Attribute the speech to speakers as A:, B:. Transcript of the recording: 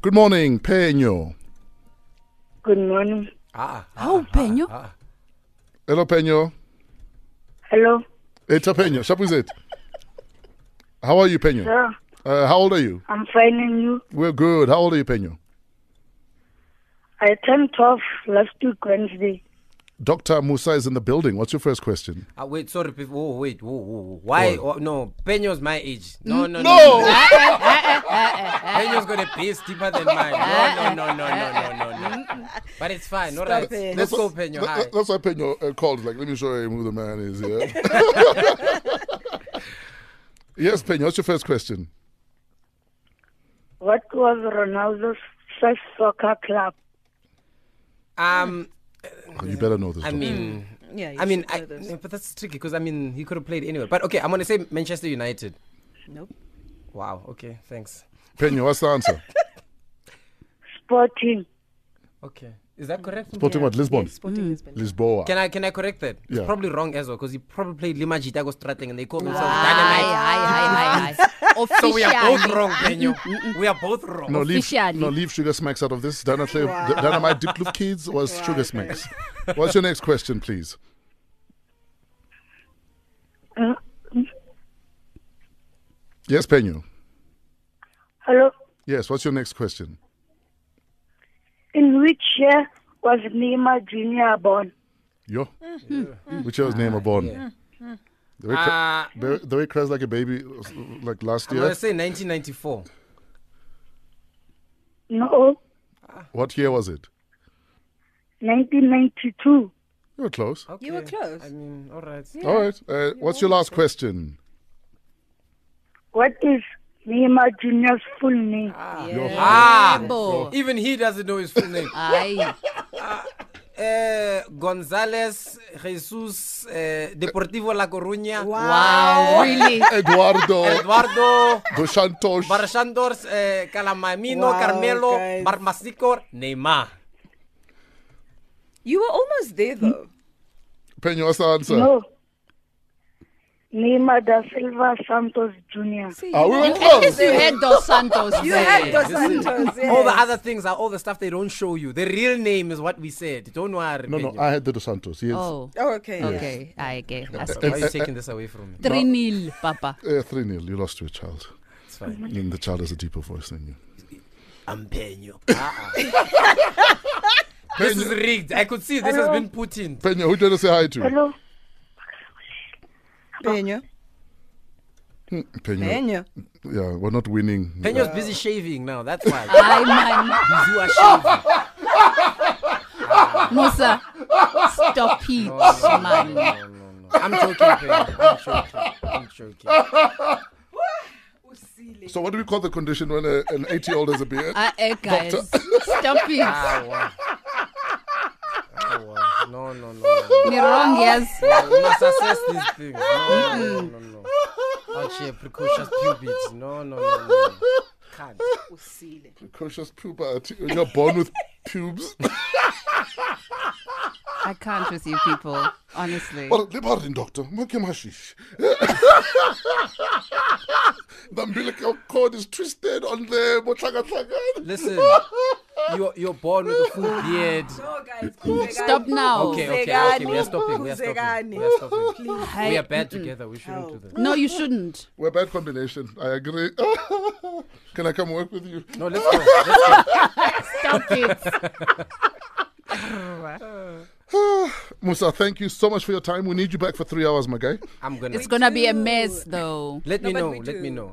A: Good morning, Peño.
B: Good morning.
C: Ah, ah,
D: Hawu Penyo.
C: ah.
A: Hello, Peño.
B: Hello.
A: It's a Peño. Shop is it? How are you, Peño?
B: Sir,
A: Uh, how old are you?
B: I'm finding you.
A: We're good. How old are you, Peño?
B: I turned 12 last week Wednesday.
A: Dr. Musa is in the building. What's your first question?
C: Ah, wait, sorry. People. Oh, wait. Whoa, whoa, whoa. Why? Oh, no, Penyo's my age. No, no, no. Penyo's got a base deeper than mine. No, no, no, no, no, no, no, no. But it's fine. All right.
D: it.
C: Let's go,
A: That's-
C: Penyo.
A: that-
C: Hi.
A: That's why Penyo uh, called. Like, let me show him who the man is. Yeah. yes, Penyo. What's your first question?
B: What was Ronaldo's first soccer club?
C: Um,
A: Oh, you better know this.
C: I
A: Dr.
C: mean,
D: Mm. Yeah, you
C: I mean,
D: should
C: I,
D: know this.
C: no, but that's tricky because I mean, he could have played anywhere. But okay, I'm gonna say Manchester United.
D: Nope.
C: Wow. Okay. Thanks.
A: Penyo, what's the answer?
B: Sporting.
C: Okay. Is
D: Mm.
C: that correct?
A: Sporting what? Lisbon.
E: Hmm.
D: Sporting Lisbon.
A: Lisboa.
C: Can I can I correct that? It's
A: Yeah.
C: probably wrong as well because he probably played Lima Jita Strating and they called themselves
E: Aye,
C: Dynamite.
E: aye, aye, aye, aye.
C: So we are both
E: Officially.
C: wrong,
D: Mm,
C: Penyo. we are both wrong. Uh,
A: no, leave,
E: officially.
A: no, leave Sugar Smacks out of this. Dynamite, Dynamite Deep Loop Kids was Sugar Smacks. What's your next question, please?
B: Mm,
A: Yes, Penyo.
B: Hello.
A: Yes, what's your next question?
B: In which year was Neymar Jr. born?
A: Yo. Which year's name are born? The way, cra-
C: Uh,
A: the, the way cries like a baby, was, like last
C: I'm
A: year.
C: gonna say 1994.
B: No,
A: What year was it?
B: 1992.
A: You were close.
C: Okay.
D: You were close.
C: I mean, all right.
A: All right. Uh, what's your last question?
B: What is Neymar Jr.'s full name?
A: Your-
C: Ah,
E: Bo.
C: even he doesn't know his full name.
E: Aye.
C: uh, Gonzalez Jesus uh, Deportivo La Coruña.
E: Wow, really?
A: Eduardo
C: Eduardo
A: Dos Santos.
C: Barrashandors uh, Calamamino
D: Wow,
C: Carmelo
D: guys.
C: Barmasico Neymar.
D: You were almost there
E: Hmm?
D: though.
A: Penyo, what's the answer?
B: No. Neymar da Silva Santos Jr.
D: See,
A: Ah,
D: you
A: we were
E: At least
A: close.
E: you had Dos Santos.
D: you
E: there.
D: had Dos
C: Listen,
D: Santos. Yes.
C: All the other things are all the stuff they don't show you. The real name is what we said. Don't worry.
A: No, no,
C: Pedro.
A: I had the Dos Santos. Yes.
E: Oh,
D: Oh, okay. yeah.
E: okay. Aye, okay. That's
C: Why are you
E: good.
C: taking this away from me?
E: 3 nil, Papa.
A: Uh, 3 0. You lost to a child.
C: It's fine.
A: And the child has a deeper voice than you.
C: I'm paying you. this is rigged. I could see this has been put in.
A: Penyo, who do you want to say hi to?
B: Hello.
D: Penyo.
A: Penyo.
D: Penyo.
A: Yeah, we're not winning.
C: Penyo's busy shaving now. That's why.
E: Aye, man.
C: you are shaving.
E: Musa, stop it,
C: No,
E: man.
C: no, no. I'm joking, Penyo. I'm joking. I'm joking.
A: So, what do we call the condition when a, an 80 year old has a beard?
E: Ah, eh, guys. Stop it.
C: Ah, wow. Ah, wow. No, no, no, no. no.
E: Me wrong, yes.
C: We must assess these things. No, no, no, no, no. Out here, precocious pubids. No, no, no, no. Can't.
A: Precocious puberty. When you're born with pubes.
E: I can't with you people, honestly.
A: Well, le pardon, doctor. Make him hashish. the umbilical cord is twisted on the motlaka
C: Listen, you're, you're born with a full beard.
D: No, guys.
E: Stop now.
C: Okay, okay, okay. We are stopping. We are stopping. We are stopping. We are bad together. We shouldn't do that.
E: No, you shouldn't.
A: We're a bad combination. I agree. Can I come work with you?
C: No, let's go. Let's go.
E: Stop it.
A: Musa, thank you so much for your time. We need you back for three hours, my guy.
C: I'm gonna
E: It's gonna be a mess, though.
C: let me
D: No, but
C: know.
D: we
C: Let me
D: do.
C: know.